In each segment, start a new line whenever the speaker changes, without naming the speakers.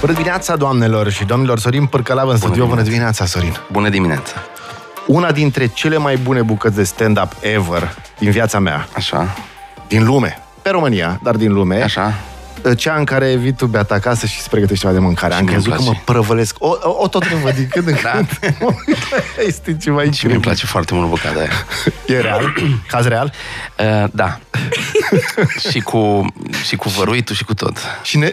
Bună dimineața, doamnelor și domnilor! Sorin Pârcălav în studio. Bună dimineața, Sorin!
Bună dimineața!
Una dintre cele mai bune bucăți de stand-up ever din viața mea,
Așa,
din lume, pe România, dar din lume, uh,
așa.
cea în care vii tu beat acasă și îți pregătești ceva de mâncare. Am
mie
crezut
îmi
că mă
place. Da.
prăvălesc. O, o, o tot revăd din când în când. este ceva
Și mi-mi
incredibil.
place foarte mult bucata aia.
E real? Caz real?
Uh, da. și, cu, și cu văruitul și cu tot.
Și ne...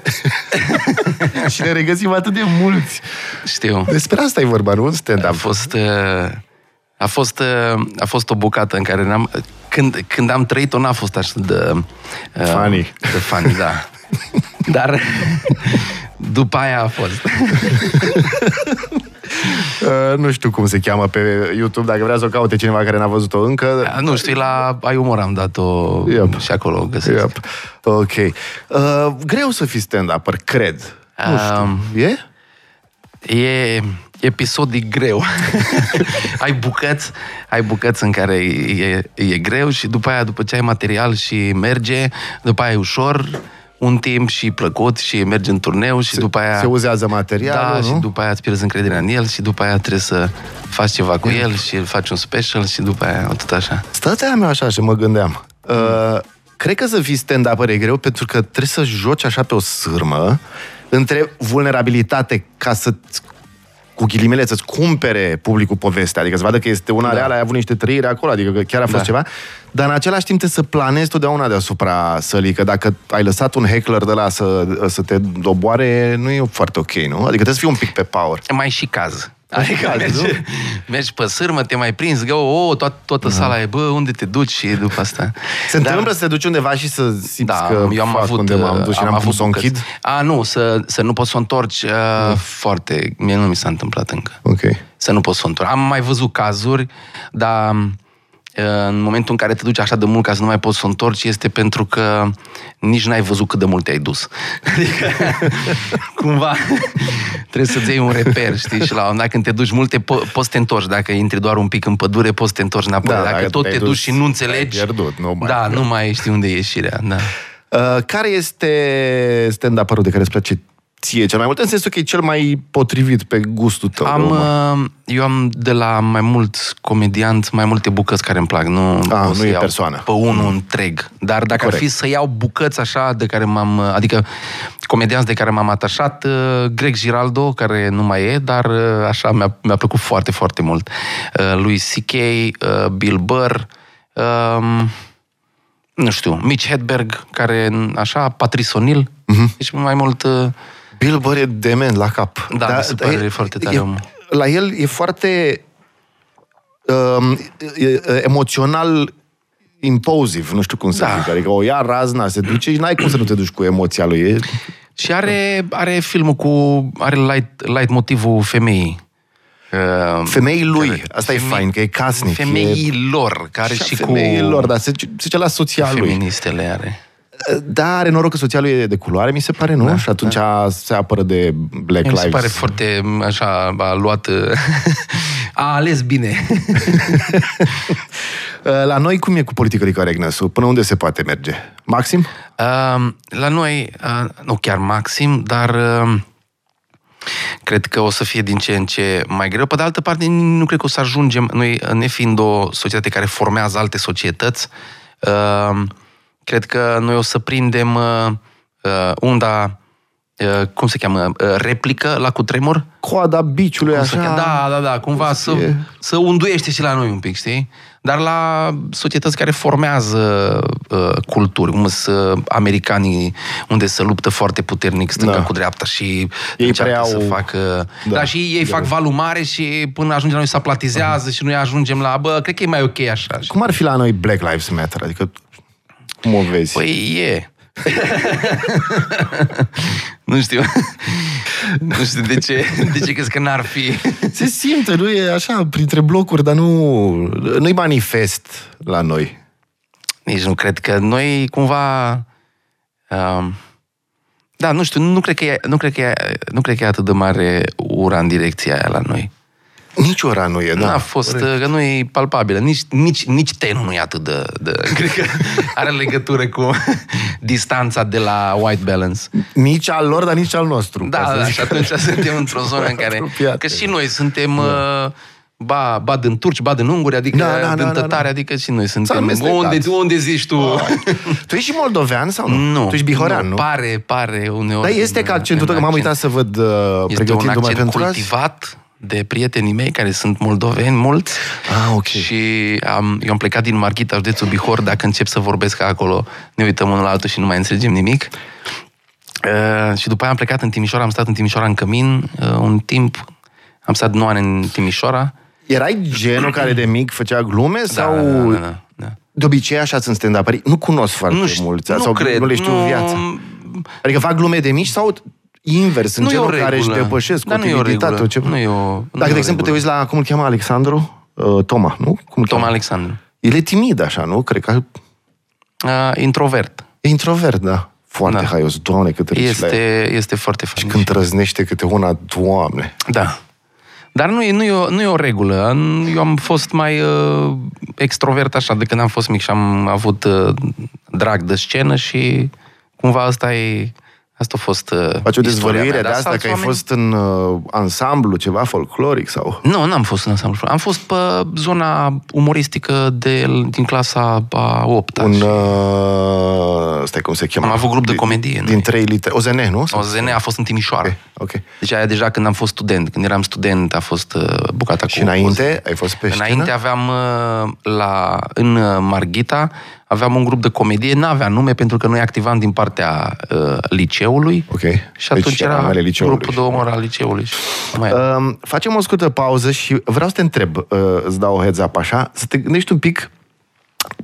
și ne regăsim atât de mulți.
Știu.
Despre asta e vorba, nu? Un
A
Stand-up.
fost, uh, a fost, uh, a fost o bucată în care n-am... Când, când am trăit-o, n-a fost așa de... Uh,
Funny.
De funny, da. Dar după aia a fost.
Uh, nu știu cum se cheamă pe YouTube, dacă vrea să o caute cineva care n-a văzut-o încă.
Da, Nu știu, la Ai Umor am dat-o
Iap.
și acolo o găsesc.
Yep. Ok. Uh, greu să fii stand-upper, cred. Nu
Um,
știu. E?
E episodic greu. ai bucăți, ai bucăți în care e, e greu și după aia, după ce ai material și merge, după aia e ușor, un timp și plăcut și merge în turneu și după aia...
Se uzează materialul,
da,
nu?
și după aia îți pierzi încrederea în el și după aia trebuie să faci ceva cu el și îl faci un special și după aia tot așa.
Stăteam eu așa și mă gândeam.
Mm.
Uh, cred că să fii stand-upper e greu pentru că trebuie să joci așa pe o sârmă între vulnerabilitate ca să cu ghilimele să-ți cumpere publicul povestea, adică să vadă că este una da. reală, ai avut niște trăiri acolo, adică că chiar a fost da.
Da.
ceva, dar în același timp trebuie să planezi totdeauna deasupra sălii, că dacă ai lăsat un heckler de la să, să te doboare, nu e foarte ok, nu? Adică trebuie să fii un pic pe power.
E mai și caz. Adică
caz,
mergi,
nu?
mergi pe sârmă, te mai prinzi, gă, o, toată, toată sala e, bă, unde te duci și după asta.
Se
Dar-
întâmplă să te duci undeva și să simți
Da,
că
eu am
fac
avut,
unde m-am dus și
am
n-am
avut
putut să o
bucăți.
închid. Da.
A, nu, să, să nu poți să o întorci uh, foarte... Mie nu mi s-a întâmplat încă.
Ok.
Să nu poți să o întorci. Am mai văzut cazuri, dar uh, în momentul în care te duci așa de mult ca să nu mai poți să o întorci, este pentru că nici n-ai văzut cât de mult te-ai dus. Adică, cumva, trebuie să-ți iei un reper, știi? Și la un moment dat, când te duci multe, po- poți să te întorci. Dacă intri doar un pic în pădure, poți să te întorci înapoi.
Da,
dacă,
dacă
tot
te-ai
te duci
dus,
și nu înțelegi...
ai pierdut, nu mai-
Da, nu mai știi unde e ieșirea, da.
Uh, care este stand-up-ul de care îți place ție cel mai mult? În sensul că e cel mai potrivit pe gustul tău.
Am,
Roman.
uh, eu am de la mai mulți comedianți, mai multe bucăți care îmi plac. Nu,
Ah,
pot
nu
să
e
iau
persoană. Mm.
Pe unul întreg. Dar dacă
Corect.
ar fi să iau bucăți așa de care m-am... uh, Adică comedianți de care m-am atașat, uh, Greg Giraldo, care nu mai e, dar uh, așa mi-a, mi-a plăcut foarte, foarte mult. Uh, Louis C.K., uh, Bill Burr, um, nu știu, Mitch Hedberg, care n- așa, Patrice O'Neill.
Mhm.
Uh-huh. Deci mai mult... uh,
Bill Burr e dement la cap.
Da, mi se pare foarte tare
e,
omul.
La el e foarte um, e- e- emoțional impoziv, nu știu cum să
Da.
zic. Adică o ia razna, se duce și n-ai cum să nu te duci cu emoția lui. E,
Și are, are filmul cu... Are light, light motivul femeii. Uh,
femeii lui, asta e fain, că e casnic.
femeii lor, care
e,
și,
și
cu
femeilor, dar se, se duce la soția lui.
feministele are.
Da, are noroc că soția lui e de culoare, mi se pare, nu? Da, și atunci da. se apără de Black
Mi
Lives.
se pare foarte, așa, a luat... uh, a ales bine.
Uh, La noi cum e cu politically correctness Până unde se poate merge? Maxim?
Uh, la noi, uh, nu chiar maxim, dar uh, cred că o să fie din ce în ce mai greu. Pe de altă parte, nu cred că o să ajungem, noi ne fiind o societate care formează alte societăți, uh, cred că noi o să prindem uh, uh, unda, uh, cum se cheamă, uh, replică la cutremur.
Coada biciului,
Cum să
așa.
cheamă? Da, da, da, cumva să,
fie-
să unduiește și la noi un pic, știi? Dar la societăți care formează uh, culturi, cum sunt uh, americanii, unde se luptă foarte puternic stânga
Da.
da. cu dreapta și
Ei
încearcă
preiau-
să facă...
Da.
Da, da și ei fac valul mare și până ajungem la noi se aplatizează și noi ajungem la... Bă, cred că e mai ok așa.
Cum ar fi la noi Black Lives Matter? Adică, cum o vezi? Păi,
Păi e. nu știu. nu știu de ce, de ce crezi că n-ar fi.
se simte, nu e așa, printre blocuri, dar nu... Nu-i manifest la noi.
Nici nu cred că noi cumva... Um, da, nu știu, nu cred, că e, nu, cred că e, nu cred că e atât de mare ura în direcția aia la noi.
Nici ora nu e, da.
N-a fost, că nu e palpabilă. Nici, nici, nici tenul nu e atât de, de... Cred că are legătură cu distanța de la white balance.
Nici al lor, dar nici al nostru.
Da,
ca să
da,
zic.
și atunci suntem într-o zonă în care...
Apropiate.
Că și noi suntem... uh, Ba, ba din turci, ba din unguri, adică
Da, da,
da,
da,
da,
da,
din
da.
tătari, adică și noi suntem.
amestecat.
Unde, unde zici tu?
Tu ești și moldovean sau nu?
Nu.
Tu ești bihorean, nu?
Pare, pare uneori.
Dar este
din-
ca accentul tău,
din
că m-am uitat
accent.
să văd uh,
Este un
pregătindu-mă
accent
pentru azi.
cultivat de prietenii mei care sunt moldoveni mulți
Ah, ok.
și am, eu am plecat din Marghita, județul Bihor, dacă încep să vorbesc ca acolo, ne uităm unul la altul și nu mai înțelegem nimic. Uh, și după aia am plecat în Timișoara, am stat în Timișoara în Cămin uh, un timp, am stat 9 ani în Timișoara.
Erai genul care de mic făcea glume sau...
Da, da, da, da.
De obicei așa sunt stand up Nu cunosc foarte
Nu știu,
mulți.
nu
sau
cred,
nu le știu
nu-
viața. Adică fac glume de mici sau invers, sunt
Nu e o
genul care își
regulă.
depășesc
Dar nu e o
utilitatea,
regulă.
ce-
Nu e o- nu e
Dacă,
o
de exemplu, te
regulă.
uiți la, cum îl cheamă, Alexandru? Uh, Toma, nu? Cum îl
Toma
cheamă?
Alexandru.
El e timid așa, nu? Cred că
Uh, introvert.
e introvert, da. Foarte
Da.
haios, doamne, cât râzi la el.
Este, este foarte fain.
Când trăznește câte una, doamne.
Da. Dar nu e, nu, e o, nu e o regulă. În- Eu am fost mai uh, extrovert așa de când am fost mic și am avut uh, drag de scenă și cumva asta e... Asta a fost uh,
Faci o
istoria
dezvăluire
mea.
de
Dar
asta,
sunt
că ai
oameni-
fost în uh, ansamblu ceva folcloric sau...
Nu, n-am fost în ansamblu. Am fost pe zona umoristică de, din clasa a 8
Un... Uh, stai, cum se cheamă?
Da, Am avut grup de
Din-
comedie, nu?
Din trei litere. OZN, nu?
OZN a fost în Timișoara.
Ok, ok.
Deci aia deja când am fost student, când eram student a fost uh, bucata cu...
Și înainte ai fost pe scenă?
Înainte aveam uh, la, în uh, Marghita, aveam un grup de comedie, n-avea nume pentru că noi activam din partea uh, liceului.
Ok.
Și atunci
Deci era
era
numele liceului.
grupul de omor al liceului. Și nu mai era.
Um, facem o scurtă pauză și vreau să te întreb, uh, îți dau o heads up așa, să te gândești un pic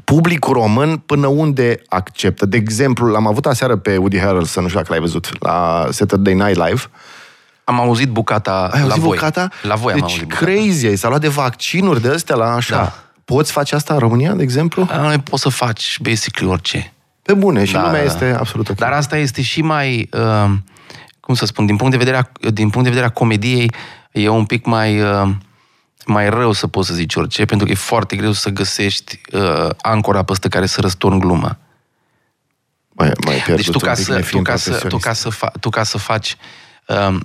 publicul român până unde acceptă. De exemplu, l-am avut aseară pe Woody Harrelson, nu știu dacă l-ai văzut, la Saturday Night Live.
am auzit bucata
Ai
la
auzit
voi.
bucata?
La voi
deci
am auzit bucata.
crazy, ai, s-a luat de vaccinuri de astea la așa.
Da.
Poți face asta în România, de exemplu?
La noi poți să faci basically orice.
Pe bune, și lumea
da, da.
este absolut ok.
Dar asta este și mai, uh, cum să spun, din punct de vedere, a- din punct de vedere a comediei, e un pic mai, uh, mai rău să poți să zici orice, pentru că e foarte greu să găsești uh, ancora peste care să răstorni gluma.
mai, mai pierdut
Deci
un
tu ca,
pic,
să, tu,
nefiind
ca să, tu,
profesionist.
ca să fa, tu ca să faci... Um,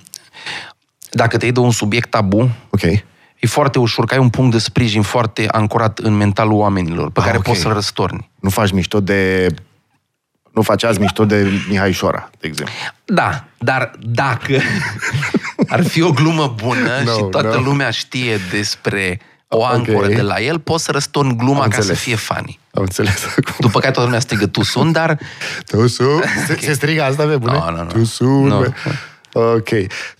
dacă te iei de un subiect tabu,
Ok.
e foarte ușor că ai un punct de sprijin foarte ancorat în mentalul oamenilor, pe
Ah,
care
ok.
poți să-l răstorni.
Nu faci mișto de... Nu faci azi mișto de Mihai Șoara, de exemplu.
Da, dar dacă ar fi o glumă bună
No,
no, și toată
no.
no. lumea știe despre o
Ok.
ancoră de la el, poți să răstorni gluma
Am
Am ca
înțeles.
să fie funny.
Am înțeles acum.
După care toată lumea strigă tu sunt, dar
Tu su... se, se strigă asta pe bune?
Nu, nu, nu.
Tu su...
Nu.
bă. Ok.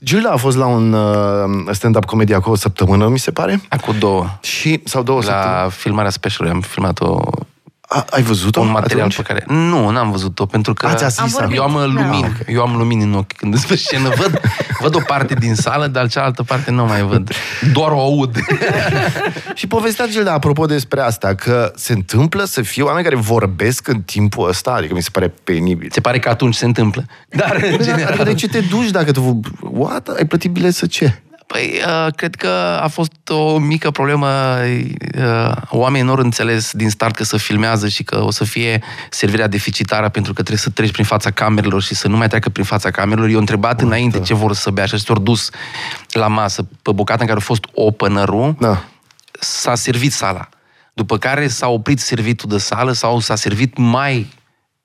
Giulia a fost la un uh, stand-up comedy acum o săptămână, mi se pare.
acum două.
Și, sau două săptămâni.
La filmarea specialului am filmat o,
A, ai văzut-o?
un material
Da, atunci?
pe care... Nu, n-am văzut-o, pentru că...
Ați Ah, asistat.
Am vorbit.
Eu am uh,
Da.
lumini, eu am lumini în ochi când sunt pe scenă, văd, văd o parte din sală, dar cealaltă parte nu o mai văd. Doar o aud.
Și povestea Gilda, apropo despre asta, că se întâmplă să fie oameni care vorbesc în timpul ăsta, adică mi se pare penibil.
Se pare că atunci se întâmplă. Dar, în
Păi, da,
general,
Adică de ce te duci dacă tu... What? Ai plătit bilet să ce?
Păi, uh, cred că a fost o mică problemă. Uh, Oamenii nu au înțeles din start că se filmează și că o să fie servirea deficitară pentru că trebuie să treci prin fața camerelor și să nu mai treacă prin fața camerelor. Eu am întrebat înainte ce vor să bea și s-au dus la masă pe bucata în care a fost opener-ul.
Da.
S-a servit sala. După care s-a oprit servitul de sală sau s-a servit mai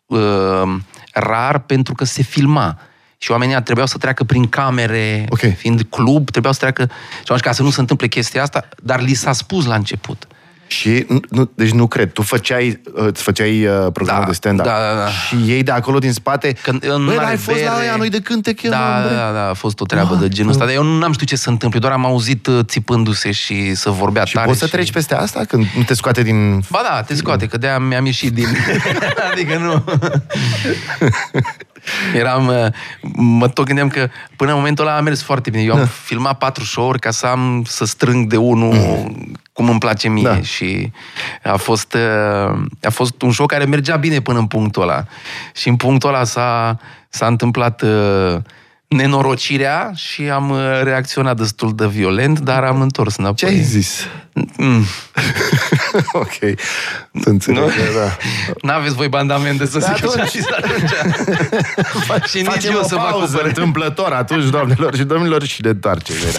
uh, rar pentru că se filma. Și oamenii trebuiau să treacă prin camere,
Ok.
fiind club, trebuiau să treacă... Și atunci, ca să nu se întâmple chestia asta, dar li s-a spus la început.
Și, nu- nu, deci nu cred, tu făceai, uh, îți făceai uh, programul
Da,
de stand-up
da, da, da.
și ei de acolo din spate,
Când în
băi,
mare
ai fost la
bere-
aia, noi de când te chemăm,
da,
bre?"
da, da, a fost o treabă
Ah,
de genul ăsta. Dar eu nu am știut ce se întâmplă, doar am auzit uh, țipându-se și să vorbea
Și
tare.
poți să
și-
treci peste asta când nu te scoate din...
Ba da, te scoate, că de-aia mi-am ieșit din... adică nu... Eram... uh, Mă tot gândeam că până în momentul ăla a mers foarte bine. Eu
Da.
am filmat patru show-uri ca să am să strâng de unul cum îmi place mie.
Mhm. Da.
Și a fost, uh, a fost un show care mergea bine până în punctul ăla. Și în punctul ăla s-a, s-a întâmplat... uh, nenorocirea și am uh, reacționat destul de violent, dar am întors înapoi.
Ce ai zis?
Mm.
ok. Să înțeleg,
Nu?
da.
N-aveți voi bandamente să zic așa și să atunci. și nici
Facem
eu
o
să fac
pauză
cumpăr.
întâmplător atunci, doamnelor și domnilor, și ne întoarcem. Era.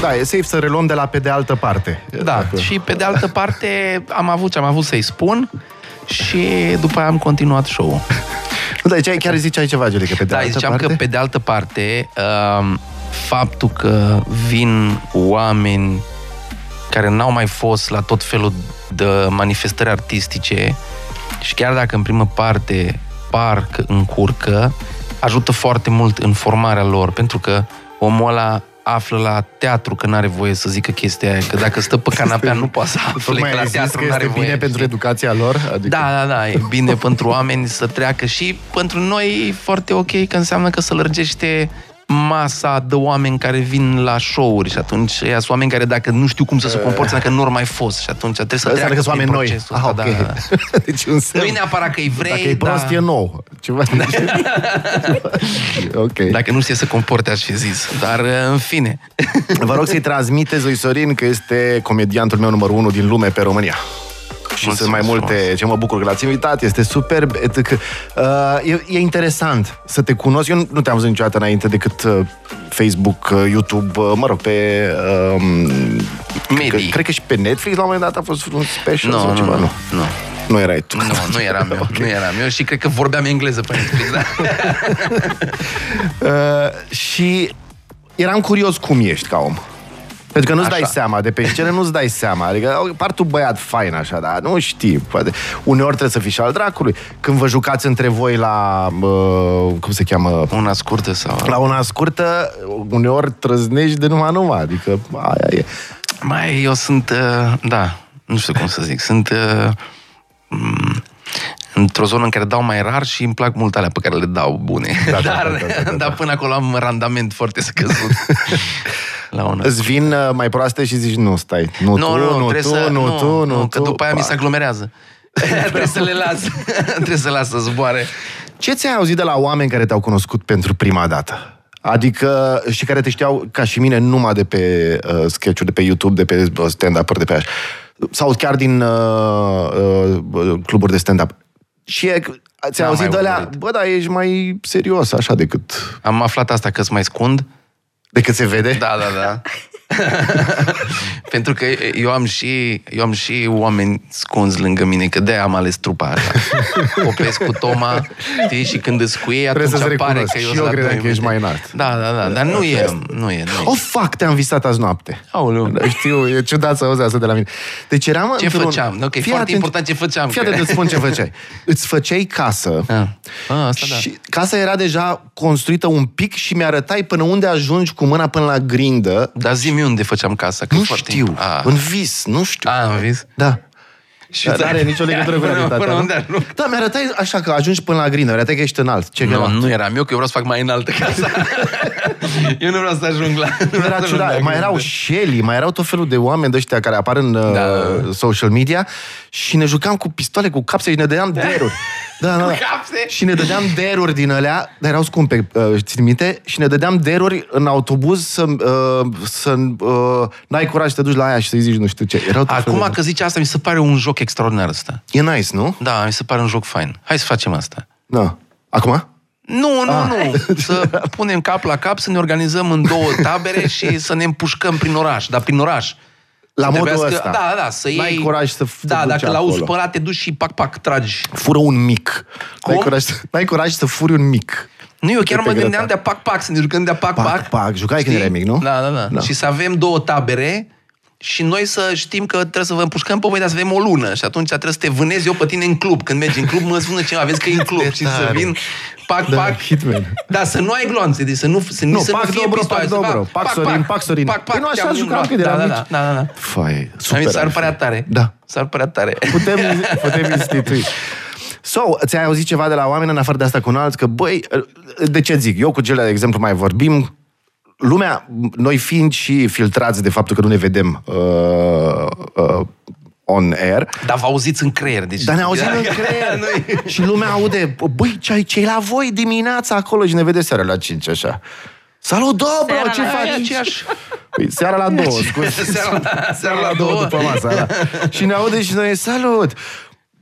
Da, e safe să reluăm de la pe de altă parte.
Da, și pe de altă parte am avut ce am avut să-i spun și după aia am continuat show-ul.
Nu, dar aici chiar ziceai ceva, Angelica, pe de
Da,
altă
ziceam
parte.
că pe de altă parte um, faptul că vin oameni care n-au mai fost la tot felul de manifestări artistice și chiar dacă în primă parte par că încurcă, ajută foarte mult în formarea lor, pentru că omul ăla află la teatru că n-are voie să zică chestia aia, că dacă stă pe canapea nu poate să afle
Tocmai
că la
ai zis
teatru
că
n-are
este
voie.
bine pentru
știi?
educația lor? Adică...
Da, da, da, e bine pentru oameni să treacă și pentru noi e foarte ok că înseamnă că să lărgește masa de oameni care vin la show-uri și atunci ea sunt oameni care dacă nu știu cum să se comporte, dacă nu ori mai fost și atunci trebuie să
Asta
treacă
adică Eh. sunt oameni
prin
noi. Ah,
procesul
ok.
ăsta, da, da.
deci un semn.
Nu e neapărat că îi vrei,
Dacă e prost,
da.
e nou. Ceva de Ok.
Dacă nu știe să comporte, aș fi zis. Dar, eh, în fine.
Vă rog să-i transmiteți lui Sorin că este comediantul meu numărul unu din lume pe România. Și
Mulțumesc
sunt mai multe ce mă bucur că l-ați invitat, este superb. etc. Uh, e, e interesant să te cunosc. Eu nu- nu te-am văzut niciodată înainte decât uh, Facebook, uh, YouTube, uh, mă rog, pe... Uh,
Medii.
Cred, că- cred că și pe Netflix la un moment dat a fost un special
Nu,
sau
nu,
ceva.
nu,
nu.
nu.
Nu erai tu.
Nu, nu eram eu. Nu eram eu și cred că vorbeam engleză pe Netflix, da?
Uh, și eram curios cum ești ca om. Pentru că nu-ți
Așa.
dai seama, de pe scenă nu-ți dai seama. Adică au- par tu băiat fain așa, dar nu știi. Poate. Uneori trebuie să fii și al dracului. Când vă jucați între voi la, uh, cum se cheamă,
Una scurtă sau...
la una scurtă, uneori trăznești de numai numai. Adică aia e.
Mai eu sunt, uh, da, nu știu cum să zic, sunt uh, m- într-o zonă în care dau mai rar și îmi plac mult alea pe care le dau bune.
Da, da,
dar,
da, da, da, da.
dar până acolo am randament foarte scăzut la una.
Îți vin uh, mai proaste și zici, nu, stai, nu,
Nu,
tu,
nu,
nu,
trebuie
tu,
să,
nu, tu, nu,
că
tu.
după aia mi se
Pa.
aglomerează. trebuie să le las, trebuie să las să zboare.
Ce ți-ai auzit de la oameni care te-au cunoscut pentru prima dată? Adică și care te știau ca și mine numai de pe uh, sketch de pe YouTube, de pe uh, stand-up, de pe așa. Sau chiar din uh, uh, cluburi de stand-up. Și e, ți-ai
N-am
auzit
mai
de alea,
urmărit.
bă, dar ești mai serios așa decât,
Am aflat asta că îți mai scund.
decât se vede?
Da, da, da. Pentru că eu am și, eu am și oameni scunzi lângă mine, că de-aia am ales trupa aia. Popescu, Toma, știi, și când îți cu ei, atunci
Trebuie să-ți
apare
recunosc.
că eu
Și
sunt
eu
la
credeam
doi
că ești
metri.
mai înalt.
Da, da, da, dar nu e, nu e, nu
O,
e.
fac, Oh, te-am visat azi noapte.
Aoleu.
Da, Știu, e ciudat să auzi asta de la mine. Deci eram
Ce
într-un...
făceam? Ok,
Fii
foarte important ce făceam,
Fii
că-
atent, îți spun ce făceai. Îți făceai casă.
Ah. Ah, asta da.
Oh! Și casa era deja construită un pic și mi-arătai până unde ajungi cu mâna până la grindă.
Dar zi-mi unde făceam casa, că e
Nu
foarte
știu,
imp- Ah.
în vis, nu știu.
Ah, în vis?
Da.
Și
Dar nu are nicio legătură cu
Până-
realitatea.
până
nu?
unde ajung?
Da, mi-arătai așa că ajungi până la grindă, mi-arătai că ești înalt. Ce
Nu,
no,
nu eram eu, că eu vreau să fac mai înaltă casa. eu nu vreau să ajung la... nu vreau
era
să ajung la
ciudat. Mai erau
grindă.
Shelly, mai erau tot felul de oameni de ăștia care apar în da.
Da.
uh, social media și ne jucam cu pistoale, cu capse și ne dădeam deruri. Da, da, da.
capse?
Și ne dădeam deruri din alea, dar erau scumpe, uh, țin minte, și ne dădeam deruri în autobuz să, uh, să uh, n-ai curaj să te duci la aia și să-i zici nu știu ce. Erau tot felul
Acum
de-
că zice asta, mi se pare un joc extraordinar ăsta.
E nice, nu?
Da, mi se pare un joc fain. Hai să facem asta.
Da. Acum?
Nu, nu, ah. nu. Să punem cap la cap, să ne organizăm în două tabere și să ne împușcăm prin oraș. Dar prin oraș.
La
Trebuia
modul
să-
ăsta.
Da, da, să iei...
N-ai curaj să te
Da,
duci
dacă l-auzi
acolo.
pe ăla, te duci și pac-pac, tragi.
Fură un mic. N-ai
Cum?
curaj, să- n-ai curaj să furi un mic.
Nu, eu chiar
Cât
mă
te
gândeam
grăta.
de pac-pac, să ne jucăm de pac-pac.
Pac-pac, jucai când
Știi?
erai mic, nu?
Da, da, da,
Da.
da. Și să avem două tabere și noi să știm că trebuie să vă împușcăm pe voi, dar să avem o lună. Și atunci trebuie să te vânezi eu pe tine în club. Când mergi în club, mă spune ce aveți că e în club. și să
tare.
vin pac,
Da,
pac.
hitman.
Da, să nu ai gloanțe, deci să nu, să,
Nu,
să
pac
fie
dobro,
pistoale,
pac
să fac
dobro, pac sorin, pac sorin.
Pac, pac,
Păi nu, așa
te-am
jucam
luat.
când eram
da,
mici.
da, da, da, da.
Fai,
Mi
super.
S-ar
ar fi.
părea tare.
Da.
S-ar părea tare.
Putem, putem institui. Sau ți-ai auzit ceva de la oameni în afară de asta cu un alt, că băi, de ce zic? Eu cu Gelea, de exemplu, mai vorbim, lumea, noi fiind și filtrați de faptul că nu ne vedem uh, uh, on air,
Dar vă auziți în creier. Deci...
dar ne auzim în creier. și lumea aude, băi, ce ce la voi dimineața acolo și ne vede seara la 5, așa. Salut, do, bro,
Seara
ce
la
faci?
cinci.
Aceeași... Păi, seara la două, scuze.
Seara la- seara la două.
după masă. Da. și ne aude și noi, salut!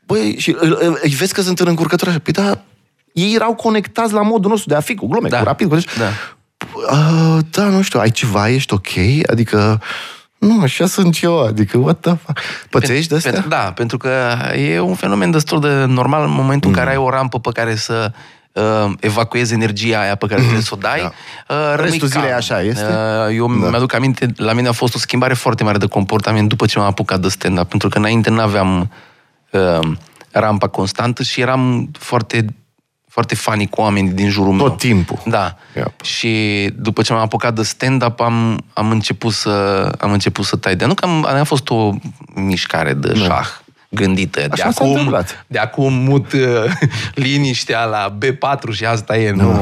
Băi, și îl- îl- îi vezi că sunt în încurcătură. Păi da, ei erau conectați la modul nostru de a fi cu glume,
Da.
cu rapid, cu deci-
Da.
Uh, da, nu știu, ai ceva, ești ok? Adică, nu, așa sunt eu, adică, what the fuck? Pățești de astea?
Pentru, da, pentru că e un fenomen destul de normal în momentul
Mm.
în care ai o rampă pe care să uh, evacuezi energia aia pe care trebuie să o dai. Da. Uh, rămâi
Mm-hmm. Restul zilei
calm.
așa este?
Uh, eu da. mi-aduc aminte, la mine a fost o schimbare foarte mare de comportament după ce m-am apucat de stand-up, pentru că înainte n-aveam uh, rampa constantă și eram foarte foarte funny cu oamenii din jurul meu.
Tot timpul.
Da.
Yep.
Și după ce m-am apucat de stand-up, am, am, început, să, am început să tai de Nu că am, a fost o mișcare de șah gândită. de,
Da. Așa s-a
acum,
întâmplat.
de acum mut uh, liniștea la B4 și asta e,
Da.
nu.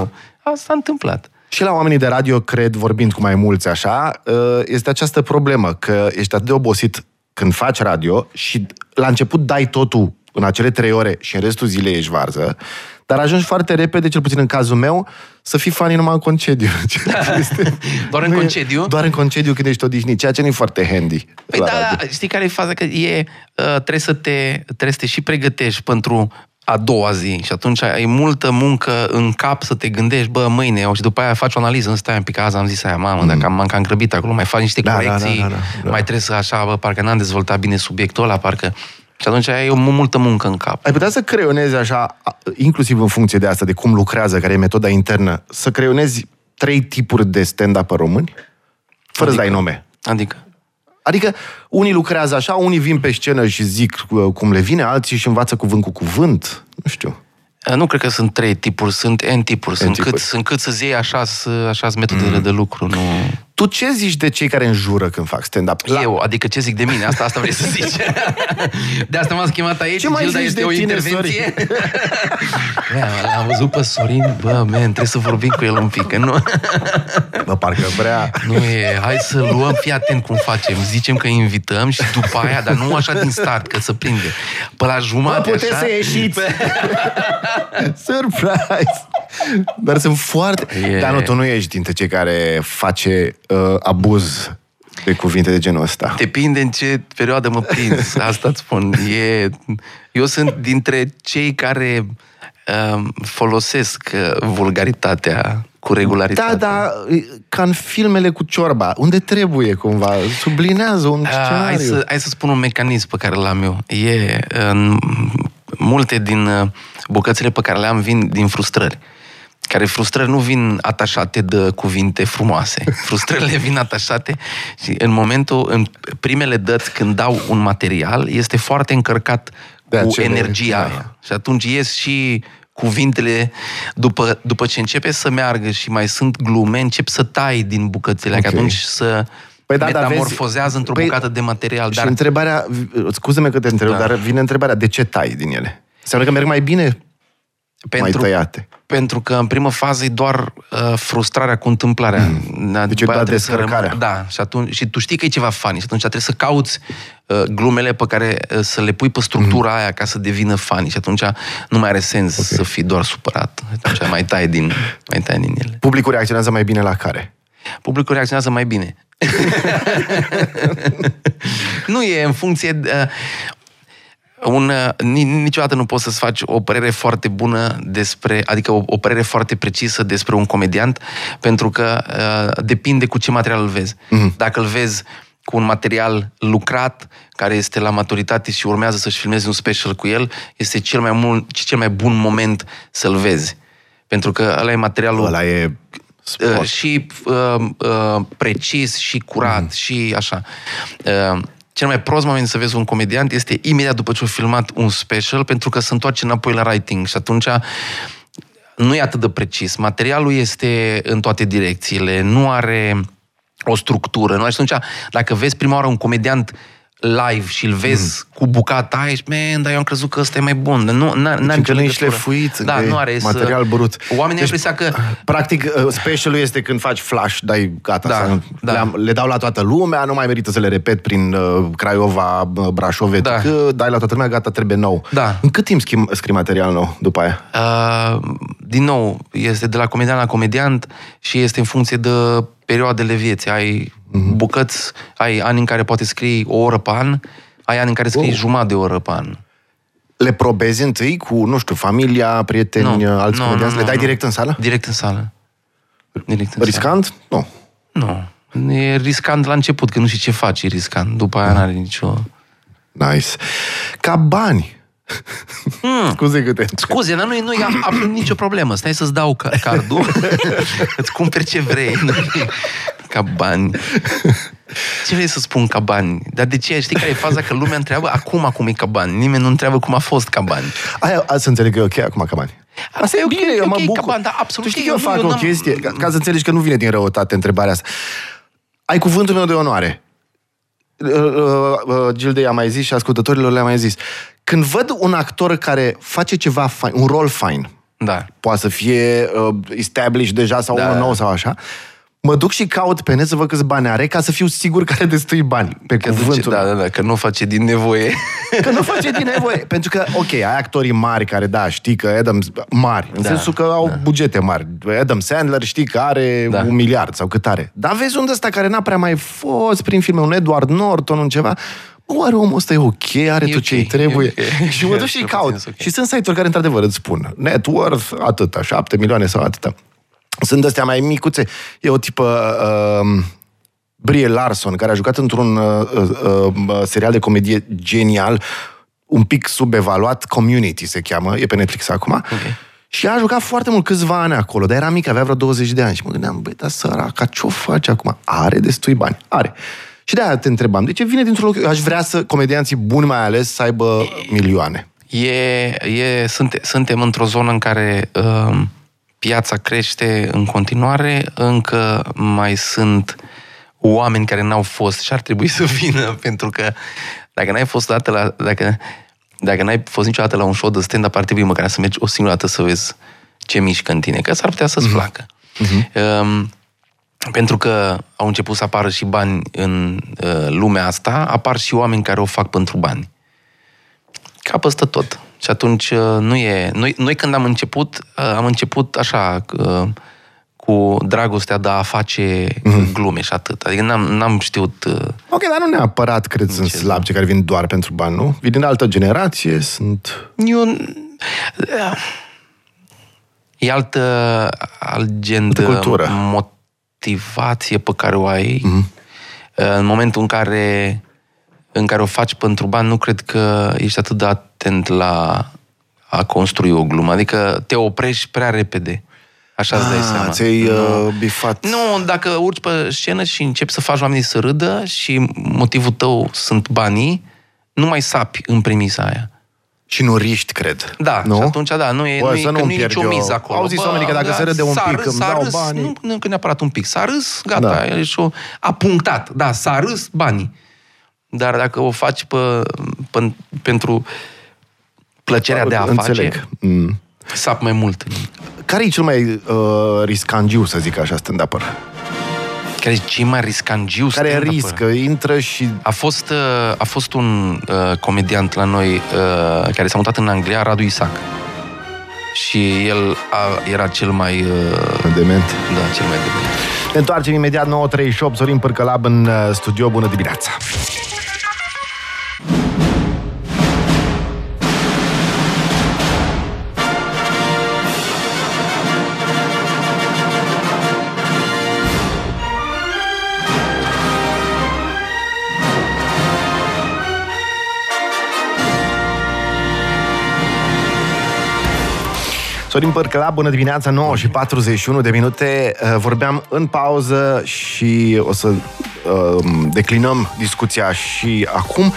Asta s-a întâmplat.
Și la oamenii de radio, cred, vorbind cu mai mulți așa, uh, este această problemă că ești atât de obosit când faci radio și la început dai totul în acele trei ore și în restul zilei ești varză, dar ajungi foarte repede, cel puțin în cazul meu, să fii fanii numai în concediu. Ce este-
Doar în
nu e-
concediu?
Doar în concediu când ești odihnit, ceea ce nu e foarte handy.
Păi
la
da,
radio.
da, știi care e faza? Că e, uh, trebuie, să te, trebuie să te și pregătești pentru a doua zi și atunci ai multă muncă în cap să te gândești, bă, mâine, o- și după aia faci o analiză, nu stai un pic, azi am zis aia, mamă, dacă am, am grăbit acolo, mai faci niște
Mm. Da, da,
corecții,
da, da, da, da.
mai trebuie să așa, bă, parcă n-am dezvoltat bine subiectul ăla, parcă... Și atunci ai o mu- multă muncă în cap.
Ai putea să creionezi așa, a- inclusiv în funcție de asta, de cum lucrează, care e metoda internă, să creionezi trei tipuri de stand-up români? Fără adică... să dai nume.
Adică...
Adică unii lucrează așa, unii vin pe scenă și zic uh, cum le vine, alții își învață cuvânt cu cuvânt. Nu știu.
uh, Nu cred că sunt trei tipuri, sunt N tipuri, sunt,
tipuri. Mm.
Cât, sunt cât să-zi iei așa, așa metodele de lucru. Nu...
Tu ce zici de cei care înjură când fac stand-up? La-
Eu, adică ce zic de mine, asta, asta vrei să zici. De asta m-am schemat aici,
Ce mai
Gilda
zici
este
de
o
tine,
intervenție. Bă, L-am văzut pe Sorin, bă, man, trebuie să vorbim cu el un pic, că nu,
Bă, parcă vrea...
nu e, hai să luăm, fii atent cum facem, zicem că îi invităm și după aia, dar nu așa din start, că se prinde. Pe la
Bă,
jumătate,
puteți
așa,
să ieșiți! Surprise! Dar sunt foarte...
E-
Dar nu, tu nu ești dintre cei care face uh, abuz de cuvinte de genul ăsta.
Depinde în ce perioadă mă prins, asta îți spun. E, eu sunt dintre cei care uh, folosesc uh, vulgaritatea cu
Da,
regularitate.
da, ca în filmele cu ciorba, unde trebuie cumva, sublinează un
A, Ah, hai,
scenariu.
să, hai să spun un mecanism pe care l-am eu. E, în, multe din uh, bucățile pe care le-am vin din frustrări. Care frustrări nu vin atașate de cuvinte frumoase. Frustrările vin atașate și în momentul, în primele dăți când dau un material, este foarte încărcat
De
cu
acele-
energia
da.
aia. Și atunci ies și cuvintele, după, după ce începe să meargă și mai sunt glume, încep să tai din bucățele, okay. că
Ok.
atunci să
Păi
păi
da,
da,
dar vezi-
metamorfozează într-o
păi-
bucată de material.
Dar...
Dar
Și întrebarea, scuze-mă că te întreb, da. dar vine întrebarea, de ce tai din ele? Înseamnă că merg mai bine mai
pentru,
tăiate.
pentru că în primă fază e doar uh, frustrarea cu întâmplarea. Mm. Da,
Deci
după
e
aia
doar
trebuie să
descărcarea.
rămâi- Da, și, atunci, și tu știi că e ceva funny și atunci trebuie să cauți uh, glumele pe care uh, să le pui pe
Hmm.
structura mm. aia ca să devină funny și atunci nu mai are sens okay. să fii doar supărat. Atunci mai tai din, mai tai din ele.
Publicul reacționează mai bine la care?
publicul reacționează mai bine. nu e în funcție... De, uh, un, uh, ni- niciodată nu poți să-ți faci o părere foarte bună despre, adică o, o părere foarte precisă despre un comediant, pentru că uh, depinde cu ce material îl vezi. Mm-hmm. Dacă îl vezi cu un material lucrat, care este la maturitate și urmează să-și filmeze un special cu el, este cel mai, mul, cel mai bun moment să-l vezi. Pentru că ăla e materialul
Ăla e sport.
Uh, și uh, uh, precis și curat
Mhm.
mm. și așa. Uh, cel mai prost moment să vezi un comediant este imediat după ce a filmat un special pentru că se întoarce înapoi la writing și atunci nu e atât de precis. Materialul este în toate direcțiile, nu are o structură. Nu? are- Și atunci, dacă vezi prima oară un comediant live și îl vezi
Mhm.
mm. cu bucata aia și, man, dar eu am crezut că ăsta e mai bun. Dar Nu, n-a, n-are
Deci Încă
nicio
nu e
legătură.
șlefuit,
da,
încă e
nu are să-
material brut.
Oamenii
Deci-
deci, au impresia că
Practic, uh, specialul este când faci flash, dai gata,
Da,
să-
da.
Le-am, le dau la toată lumea, nu mai merită să le repet prin uh, Craiova, uh, Brașov,
Da.
da. că dai la toată lumea, gata, trebuie nou.
Da.
În cât timp schimb, scrii material nou după aia?
Uh, din nou, este de la comedian la comediant și este în funcție de perioadele vieții. Ai bucăți, ai ani în care poate scrii o oră pe an, ai ani în care scrii
Wow.
jumătate de oră pe an.
Le probezi întâi cu, nu știu, familia, prieteni,
Nu.
uh, alți
Nu,
comedianți?
nu,
Le
nu,
dai
nu.
direct în sală?
Direct în sală. Direct în
Riscant? Nu.
sală. Nu. E riscant la început, că nu știi ce faci, e riscant. După aia n-are nicio...
Nice. Ca bani.
Hmm.
Scuze că te...
Scuze, dar nu e, nu e absolut nicio problemă. Stai să-ți dau ca- cardul, îți cumperi ce vrei. Nu e ca bani. Ce vrei să spun ca bani? Dar de ce? Știi care e faza? Că lumea întreabă acum acum e ca bani. Nimeni nu întreabă cum a fost ca bani.
Aia, aia să înțeleg că e ok acum ca bani. Asta e ok,
E
eu mă
ok ca
bucur.
bani, dar absolut
tu știi
că
că eu,
eu nu-
fac
eu
o
n-am-
chestie, ca, ca să înțelegi că nu vine din răutate întrebarea asta. Ai cuvântul meu de onoare. Uh, uh, uh, Gildei a mai zis și ascultătorilor le-a mai zis. Când văd un actor care face ceva fain, un rol fain,
Da.
poate să fie uh, established deja sau
Da.
da. unul nou sau așa, mă duc și caut pe net să văd câți bani are ca să fiu sigur care destui bani pe
Că duce-
cuvântul.
da, da, da, că nu face din nevoie.
Că nu face din nevoie. Pentru că, ok, ai actorii mari care, da, știi că Adam... Mari, în
Da,
da, sensul că au da. bugete mari. Adam Sandler știi că are
Da.
da. un miliard sau cât are. Dar vezi unde ăsta care n-a prea mai fost prin filme, un Edward Norton, un ceva... Bă, Oare omul ăsta e ok, are
E
tot ce
ok,
îi trebuie?
e ok.
Și mă duc și
Cel
caut.
puțin e ok.
Și sunt site-uri care, într-adevăr, îți spun net worth, atâta, 7 milioane sau atâta. Sunt astea mai micuțe. E o tipă... Uh, Brie Larson, care a jucat într-un uh, uh, uh, serial de comedie genial, un pic subevaluat, Community se cheamă, e pe Netflix acum. Okay. Și a jucat foarte mult câțiva ani acolo, dar era mic, avea vreo 20 de ani. Și mă gândeam, băi, dar săraca, ce-o face acum? Are destui bani, are. Și de-aia te întrebam, de ce vine dintr-un loc? Eu aș vrea să comedianții buni mai ales să aibă milioane.
E, e, sunte, suntem într-o zonă în care uh, piața crește în continuare, încă mai sunt oameni care n-au fost și ar trebui să vină, pentru că dacă n-ai fost dată la... Dacă, dacă n-ai fost niciodată la un show de stand-up, ar trebui măcar să mergi o singură dată să vezi ce mișcă în tine, că s-ar putea să-ți placă. Um, pentru că au început să apară și bani în uh, lumea asta, apar și oameni care o fac pentru bani ca peste tot. Și atunci uh, nu e... Noi, noi când am început, uh, am început așa, uh, cu dragostea de a face mm-hmm. glume și atât. Adică n-am, n-am știut... uh,
Ok, dar nu neapărat, cred, sunt
da.
slabi cei care vin doar pentru bani, nu? Vin din altă generație, sunt...
Eu...
da.
E altă, alt gen de
cultură. Mhm.
motivație pe care o ai. Mm-hmm. În momentul în care, în care o faci pentru bani, nu cred că ești atât de atent la a construi o glumă. Adică te oprești prea repede. Așa îți dai seama.
Ah, ți-ai uh, bifat...
Nu, dacă urci pe scenă și începi să faci oamenii să râdă și motivul tău sunt banii, nu mai sapi în premisa aia.
Și nu riști, cred.
Da,
nu?
și atunci, da, nu e,
Bă,
nu e,
să
că
nu-mi
nu e
pierd
nicio
eu.
miză acolo. da,
Au zis oamenii că dacă se râde un
s-a
pic, îmi
s-a
dau
râs,
banii.
Nu, nu că neapărat un pic, s-a râs, gata,
Da.
da. și o, a punctat, da, s-a râs banii. Dar dacă o faci pe, pe, pentru plăcerea de a
Înțeleg.
face,
Mm.
sap mai mult.
Care e cel mai uh, riscangiu, să zic așa, stand up
Care e cei mai riscangiu
Care
stand-up-uri.
riscă, intră și...
A fost, uh, a fost un uh, comediant la noi uh, care s-a mutat în Anglia, Radu Isac. Și el a, era cel mai... Uh,
Dement.
da, cel mai de
Ne întoarcem imediat 938, Sorin Pârcălab în uh, studio. Bună dimineața! Sorin Părcăla, bună dimineața, 9 și 41 de minute. Uh, Vorbeam în pauză și o să uh, declinăm discuția și acum.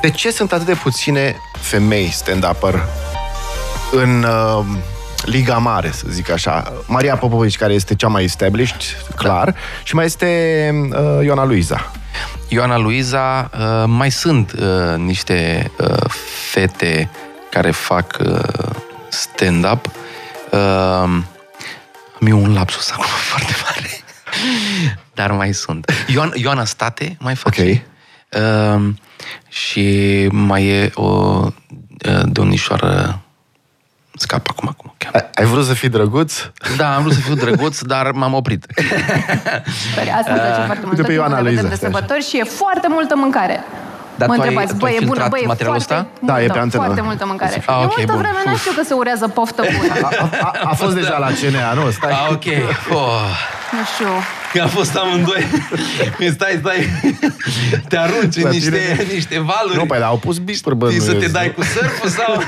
De ce sunt atât de puține femei stand-upper în uh, Liga Mare, să zic așa? Maria Popovici, care este cea mai established, clar, și mai este uh, Iona Luiza.
Ioana Luiza, uh, mai sunt uh, niște uh, fete care fac uh, stand-up. Uh, Am eu un lapsus acum foarte mare, dar mai sunt. Ioan, Ioana State mai face.
Ok.
Uh, și mai e o uh, domnișoară, scap acum, acum, chiar.
Ai, ai vrut să fii drăguț?
Da, am vrut să fiu drăguț, dar m-am oprit.
Sper. Păi, Asta îmi place foarte mult.
de Eh, pe
Tot timpul
Ioana
ne vedem
Luiza,
de
stai așa.
sărbători și e foarte multă mâncare.
Dar
mă
tu ai-
întrebați,
tu
bă,
ai
e bună,
filtrat
bă, e
materialul
foarte
ăsta?
multă,
Da, e pe antenă.
foarte multă mâncare.
Ah,
Ah,
ok,
okay, multă
bun.
vreme nu
Uf.
știu că se urează poftă bună.
A, a, a fost deja la CNA, nu? Stai.
Ah, ok. Oh.
nu știu.
Că a fost amândoi. Mi stai, stai. Te arunci în
La
niște,
tine-
niște valuri.
Nu, păi, dar au pus bisturi, bă.
Știi să te
nu-
dai cu surful sau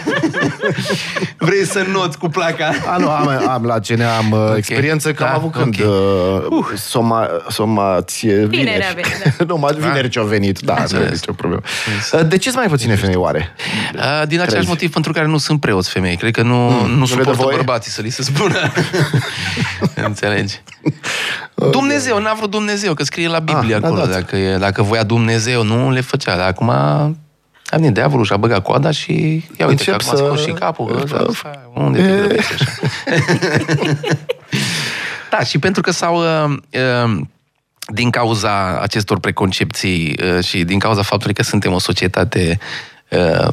vrei să noți cu placa?
A, Ah, nu, am, am la CNA am okay. experiență că
Da,
am avut când
ok.
okay. uh, soma, somație vineri.
a venit, da.
nu, mai vineri ce-au venit. Da, nu e
înțeles.
nicio problemă. Uh, De ce sunt mai puține femei oare?
A, din același
Crezi.
motiv pentru care nu sunt preoți femei. Cred că nu, nu
dă
suportă
voie?
bărbații să li se spună. Înțelegi? Dumnezeu, n-a vrut Dumnezeu, că scrie la Biblie
Ah, da,
acolo.
da.
Dacă, e, dacă voia Dumnezeu, nu le făcea. Dar acum a venit diavolul și a băgat coada și ia uite
Încep
că
să-
acum să... scos și capul. ăsta,
Rău.
stai, Unde te grăbești așa? Da, și pentru că s-au... uh, uh, Din cauza acestor preconcepții uh, și din cauza faptului că suntem o societate uh,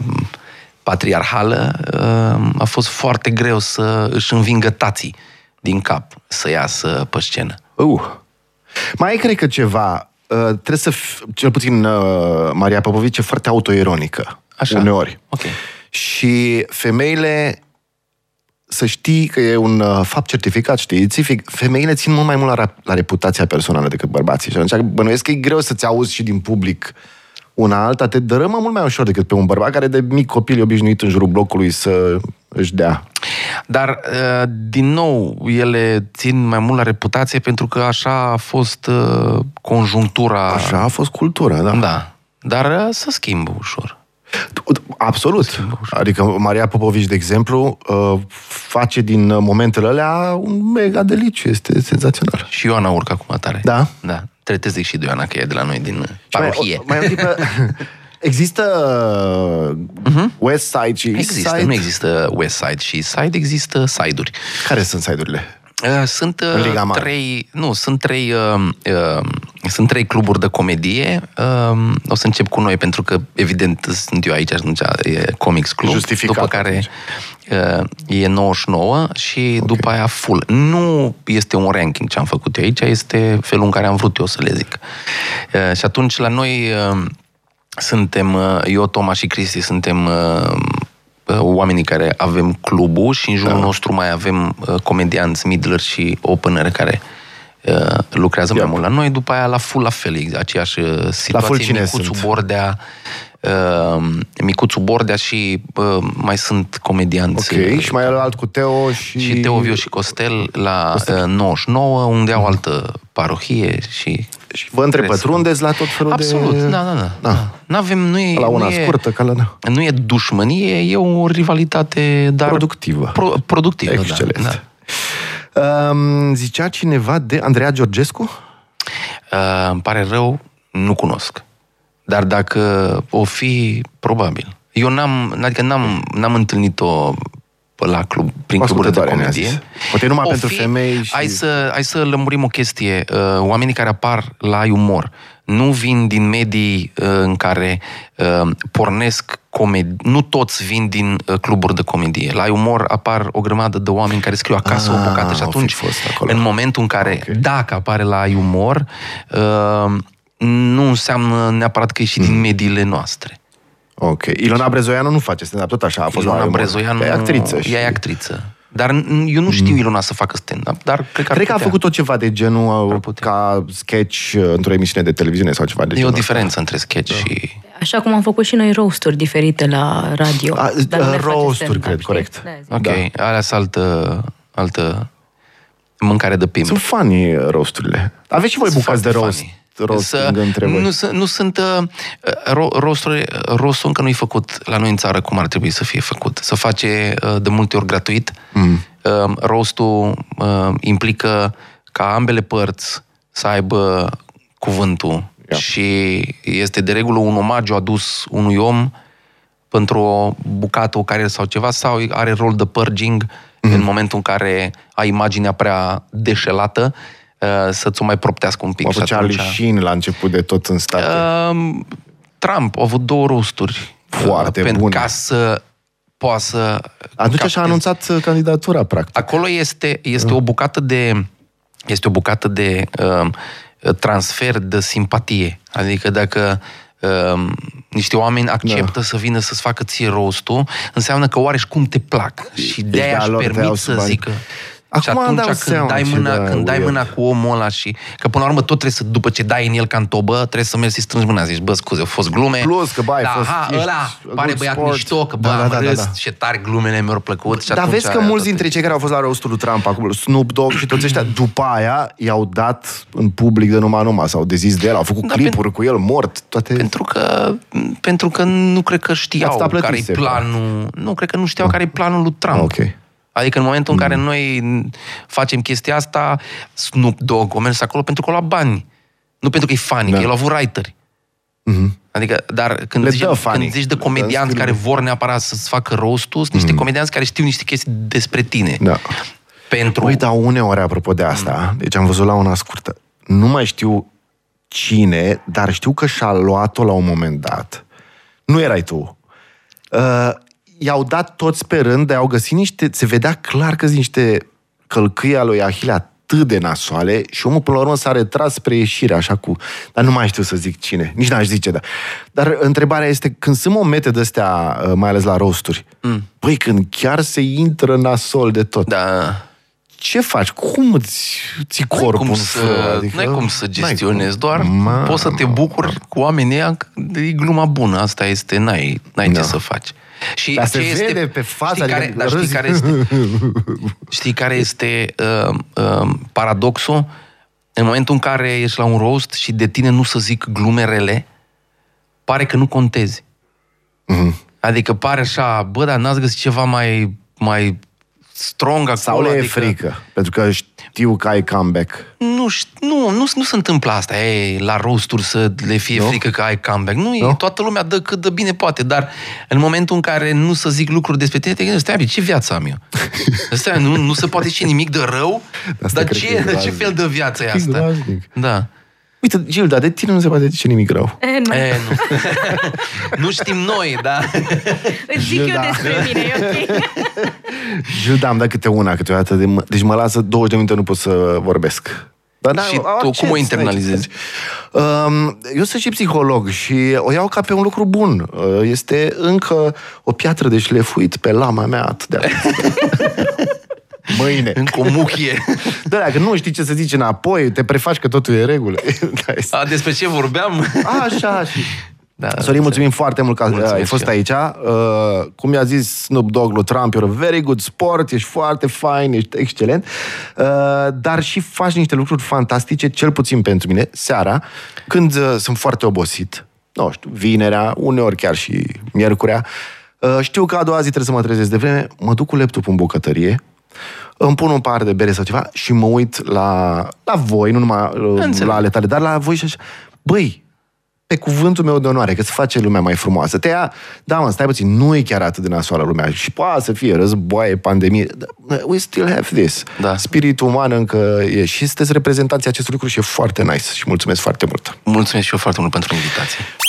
patriarhală, uh, a fost foarte greu să își învingă tații din cap să iasă pe scenă.
Uh. Mai e, cred că ceva. Uh, Trebuie să, f- cel puțin uh, Maria Popovici e foarte autoironică.
Așa.
Uneori.
Ok.
Și femeile, să știi că e un uh, fapt certificat științific, femeile țin mult mai mult la, ra- la reputația personală decât bărbații. Și atunci bănuiesc că e greu să-ți auzi și din public una alta, te dărâmă mult mai ușor decât pe un bărbat care de mic copil e obișnuit în jurul blocului să își dea.
Dar, uh, din nou, ele țin mai mult la reputație pentru că așa a fost uh, conjunctura.
Așa a fost cultura, da.
Da. Dar uh, se schimbă ușor.
Absolut. Adică Maria Popovici, de exemplu, uh, face din uh, momentele alea un mega deliciu. Este senzațional.
Și Ioana urcă acum tare.
Da? Păi,
Da. Trebuie să zic și de Ioana că e de la noi din parohie.
Mai, mai am tipă, există uh-huh. West Side și East
Mhm. Există,
Side?
nu există West Side și East Side, există side-uri.
Care sunt side-urile?
Uh, Sunt uh,
În Liga Mare.
trei, nu, sunt trei, uh, uh, sunt trei cluburi de comedie. Uh, O să încep cu noi pentru că evident sunt eu aici, atunci e Comics Club,
Justificat,
după care uh, e 99 și după aia full. Nu este un ranking ce am făcut eu aici, este felul în care am vrut eu să le zic. Uh, Și atunci la noi uh, suntem, uh, eu, Toma și Cristi suntem uh, oamenii care avem clubul și în jurul da. nostru mai avem uh, comedianți, midler și opener care uh, lucrează mai mult la noi. După aia la full la fel, e aceeași uh, situație.
full cine
Micuțu
sunt?
Bordea, uh, Micuțu Bordea și uh, mai sunt comedianți.
Ok,
uh,
și mai e alt cu Teo și...
și Teo Viu și Costel la uh, 99, unde au altă parohie și...
Și vă întreb,
Cresc.
pătrundeți la tot felul
Absolut,
de...
da, da, da.
da.
da. N-avem, nu e,
La una
nu e,
scurtă, ca la... Da.
nu e dușmănie, e o rivalitate, dar...
Productivă.
Pro, productivă,
Excelent.
da. da.
Um, zicea cineva de Andreea Georgescu?
Uh, îmi pare rău, nu cunosc. Dar dacă o fi, probabil. Eu n-am, adică n-am, n-am întâlnit-o pe la club, prin cluburile de
Ascultătoare ne-a
comedie.
zis. Poate numai
O
pentru femei și-
Hai să, hai să lămurim o chestie. Uh, Oamenii care apar la umor nu vin din medii uh, în care uh, pornesc comedii. Nu toți vin din uh, cluburi de comedie. La umor apar o grămadă de oameni care scriu acasă
Ah,
o bucată și
au fi
atunci,
fost acolo.
în momentul în care,
Ok.
okay. dacă apare la umor, uh, nu înseamnă neapărat că e și
Hmm.
din mediile noastre.
Ok. Ilona Brezoianu nu face stand-up, tot așa a fost
Ilona
la Păi
Brezoianu
E actriță. și- Hmm.
Ea e actriță. Dar n- eu nu știu Ilona să facă stand-up, dar cred că ar
Cred că a
putea.
făcut tot ceva de genul uh,
putea.
ca sketch uh, într-o emisiune de televiziune sau ceva de
E
genul
o
ăsta.
diferență între sketch da. și...
Așa cum am făcut și noi roasturi diferite la radio.
A,
Dar nu le face
roasturi,
stand-up,
cred,
știi?
corect.
Da, zic.
Ok, da. alea sunt altă, altă mâncare de pim.
Sunt funny roasturile. Aveți și voi bucăți de
Foarte
roast.
funny.
Roasting
Să-
între voi.
nu, sunt- nu sunt... uh, Ro, rostul, uh, rostul încă nu-i făcut la noi în țară cum ar trebui să fie făcut. Se face uh, de multe ori gratuit. Mm. Rostul um, uh, implică ca ambele părți să aibă cuvântul
Yeah.
Și este de regulă un omagiu adus unui om pentru o bucată, o carieră sau ceva, sau are rol de purging mm-hmm. în momentul în care ai imaginea prea deșelată uh, să-ți o mai proptească un pic.
Mă
și
făcea
atunci-
Charlie Sheen la început de tot în state.
Um, Trump a avut două rosturi.
Foarte
pentru
bune.
Ca să poată să...
Atunci
ca-
și-a anunțat uh, candidatura, practic.
Exact. Acolo este, este o bucată de, este o bucată de um, transfer de simpatie. Adică dacă um, niște oameni acceptă da. să vină să-ți facă ție rostul, înseamnă că oareși cum te plac. Și
deci
de-aia
de-a
își
lor te iau
permit
sub
să
bani.
zică. și
Acum îmi dau
atunci când
seama
dai,
ce
mâna,
da,
când dai
weird.
mâna cu omul ăla și... Că până la urmă tot trebuie să, după ce dai în el ca în tobă, trebuie să mergi să-i strângi mâna. Zici, bă, scuze, au fost glume.
Plus că, bă, ai
da,
fost-
aha,
ești
ăla
good
pare băiat
sport.
mișto, că bă,
Da,
da,
da, da, da,
râs,
da.
ce tari glumele mi-au plăcut. Și
Dar
atunci
vezi că
aia
mulți
tot e-
dintre cei care au fost la rostul lui Trump, acum Snoop Dogg și toți ăștia, după aia i-au dat în public de numai numai, s-au dezis de el, au făcut
Da,
clipuri cu el, mort, toate...
Pentru că, pentru că nu cred că știau
Asta plătise,
care
păi.
e planul. Nu, cred că nu știau care e planul lui Trump.
Ok. Hmm.
Adică în momentul în care noi facem chestia asta, Snoop Dogg a mers acolo pentru că a luat bani. Nu pentru că e funny, da. el a avut writeri. Adică, dar când
Mhm. Le
zici,
dă Da, funny.
când zici de
Le dă în
comedianți
stilul
care vor neapărat să-ți facă rostul, sunt niște comedianți care știu niște chestii despre tine.
Mhm. Da.
Pentru...
Păi, dar uneori, apropo de asta, deci am văzut la una scurtă, nu mai știu cine, dar știu că și-a luat-o la un moment dat. Nu erai tu. Uh, i-au dat toți pe rând, dar au găsit niște, se vedea clar că sunt niște călcâi al lui Ahile atât de nasoale și omul până la urmă s-a retras spre ieșire, așa cu... Dar nu mai știu să zic cine, nici n-aș zice, da. Dar întrebarea este, când sunt momente de-astea, uh, mai ales la rosturi, mm. băi, când chiar se intră nasol de tot,
Da.
ce faci? Cum îți ții
N-ai
corpul
cum
în
să,
frâu?
adică, n-ai cum să
n-ai
gestionezi,
cum.
doar
Ma-
poți să te bucuri cu oamenii ăia, că e gluma bună, asta este, n-ai, n-ai ce să faci. Și
Da. Dar se
ce este-
vede pe față,
știi
adică
care, dar știi
râzi.
care este, știi care este uh, uh, paradoxul? În momentul în care ești la un roast și de tine nu să zic glume rele, pare că nu contezi.
Mhm.
Adică pare așa, bă, dar n-ați găsit ceva mai, mai strong acolo?
Sau le e
adică,
frică, pentru că știu că ai comeback.
nu, șt- nu, nu, s- nu se întâmplă asta, e, la rosturi să le fie no? frică că ai comeback. Nu, no?
Nu?
toată lumea dă cât de bine poate, dar în momentul în care nu să zic lucruri despre tine, te gândești, stai, bine, ce viață am eu? Stai, nu, nu se poate și nimic de rău,
Asta
dar
cred că e
ce, ce
groaznic.
fel de viață e
E
asta?
groaznic.
Da.
Uite, Gilda, de tine nu se poate zice nimic rău.
E, nu.
E, nu. nu știm noi, da?
Îți zic eu
Gilda.
despre mine, e ok.
Gilda, am dat câte una câteodată, de m- deci mă lasă 20 de minute, nu pot să vorbesc. Dar n-ai-
Și tu
acces,
cum o
n-ai
internalizezi?
ce faci. Um, Eu sunt și psiholog și o iau ca pe un lucru bun. Uh, Este încă o piatră de șlefuit pe lama mea atât de acum. Mâine.
Încă o muchie.
Da, dacă nu știi ce să zici înapoi, te prefaci că totul e în regulă. Da, este-
A, despre ce vorbeam?
Așa și...
Da,
Sorin, mulțumim foarte mult că
Mulțumesc
mulțumim ai fost
și eu.
aici. Uh, cum i-a zis Snoop Dogg lui Trump, you're a very good sport, ești foarte fain, ești excelent, uh, dar și faci niște lucruri fantastice, cel puțin pentru mine, seara, când uh, sunt foarte obosit, nu știu, vinerea, uneori chiar și miercurea, uh, știu că a doua zi trebuie să mă trezesc de vreme, mă duc cu laptopul în bucătărie, îmi pun un par de bere sau ceva și mă uit la, la voi, nu numai uh,
Înțeleg.
la ale tale, dar la voi și așa. Băi, pe cuvântul meu de onoare, că se face lumea mai frumoasă. Te ia, da mă, stai puțin, nu e chiar atât de nasoală lumea. Și poate să fie războaie, pandemie. Da, We still have this.
Da.
Spiritul uman încă e. Și sunteți reprezentanții acestui lucru și e foarte nice. Și mulțumesc foarte mult.
Mulțumesc și eu foarte mult pentru invitație.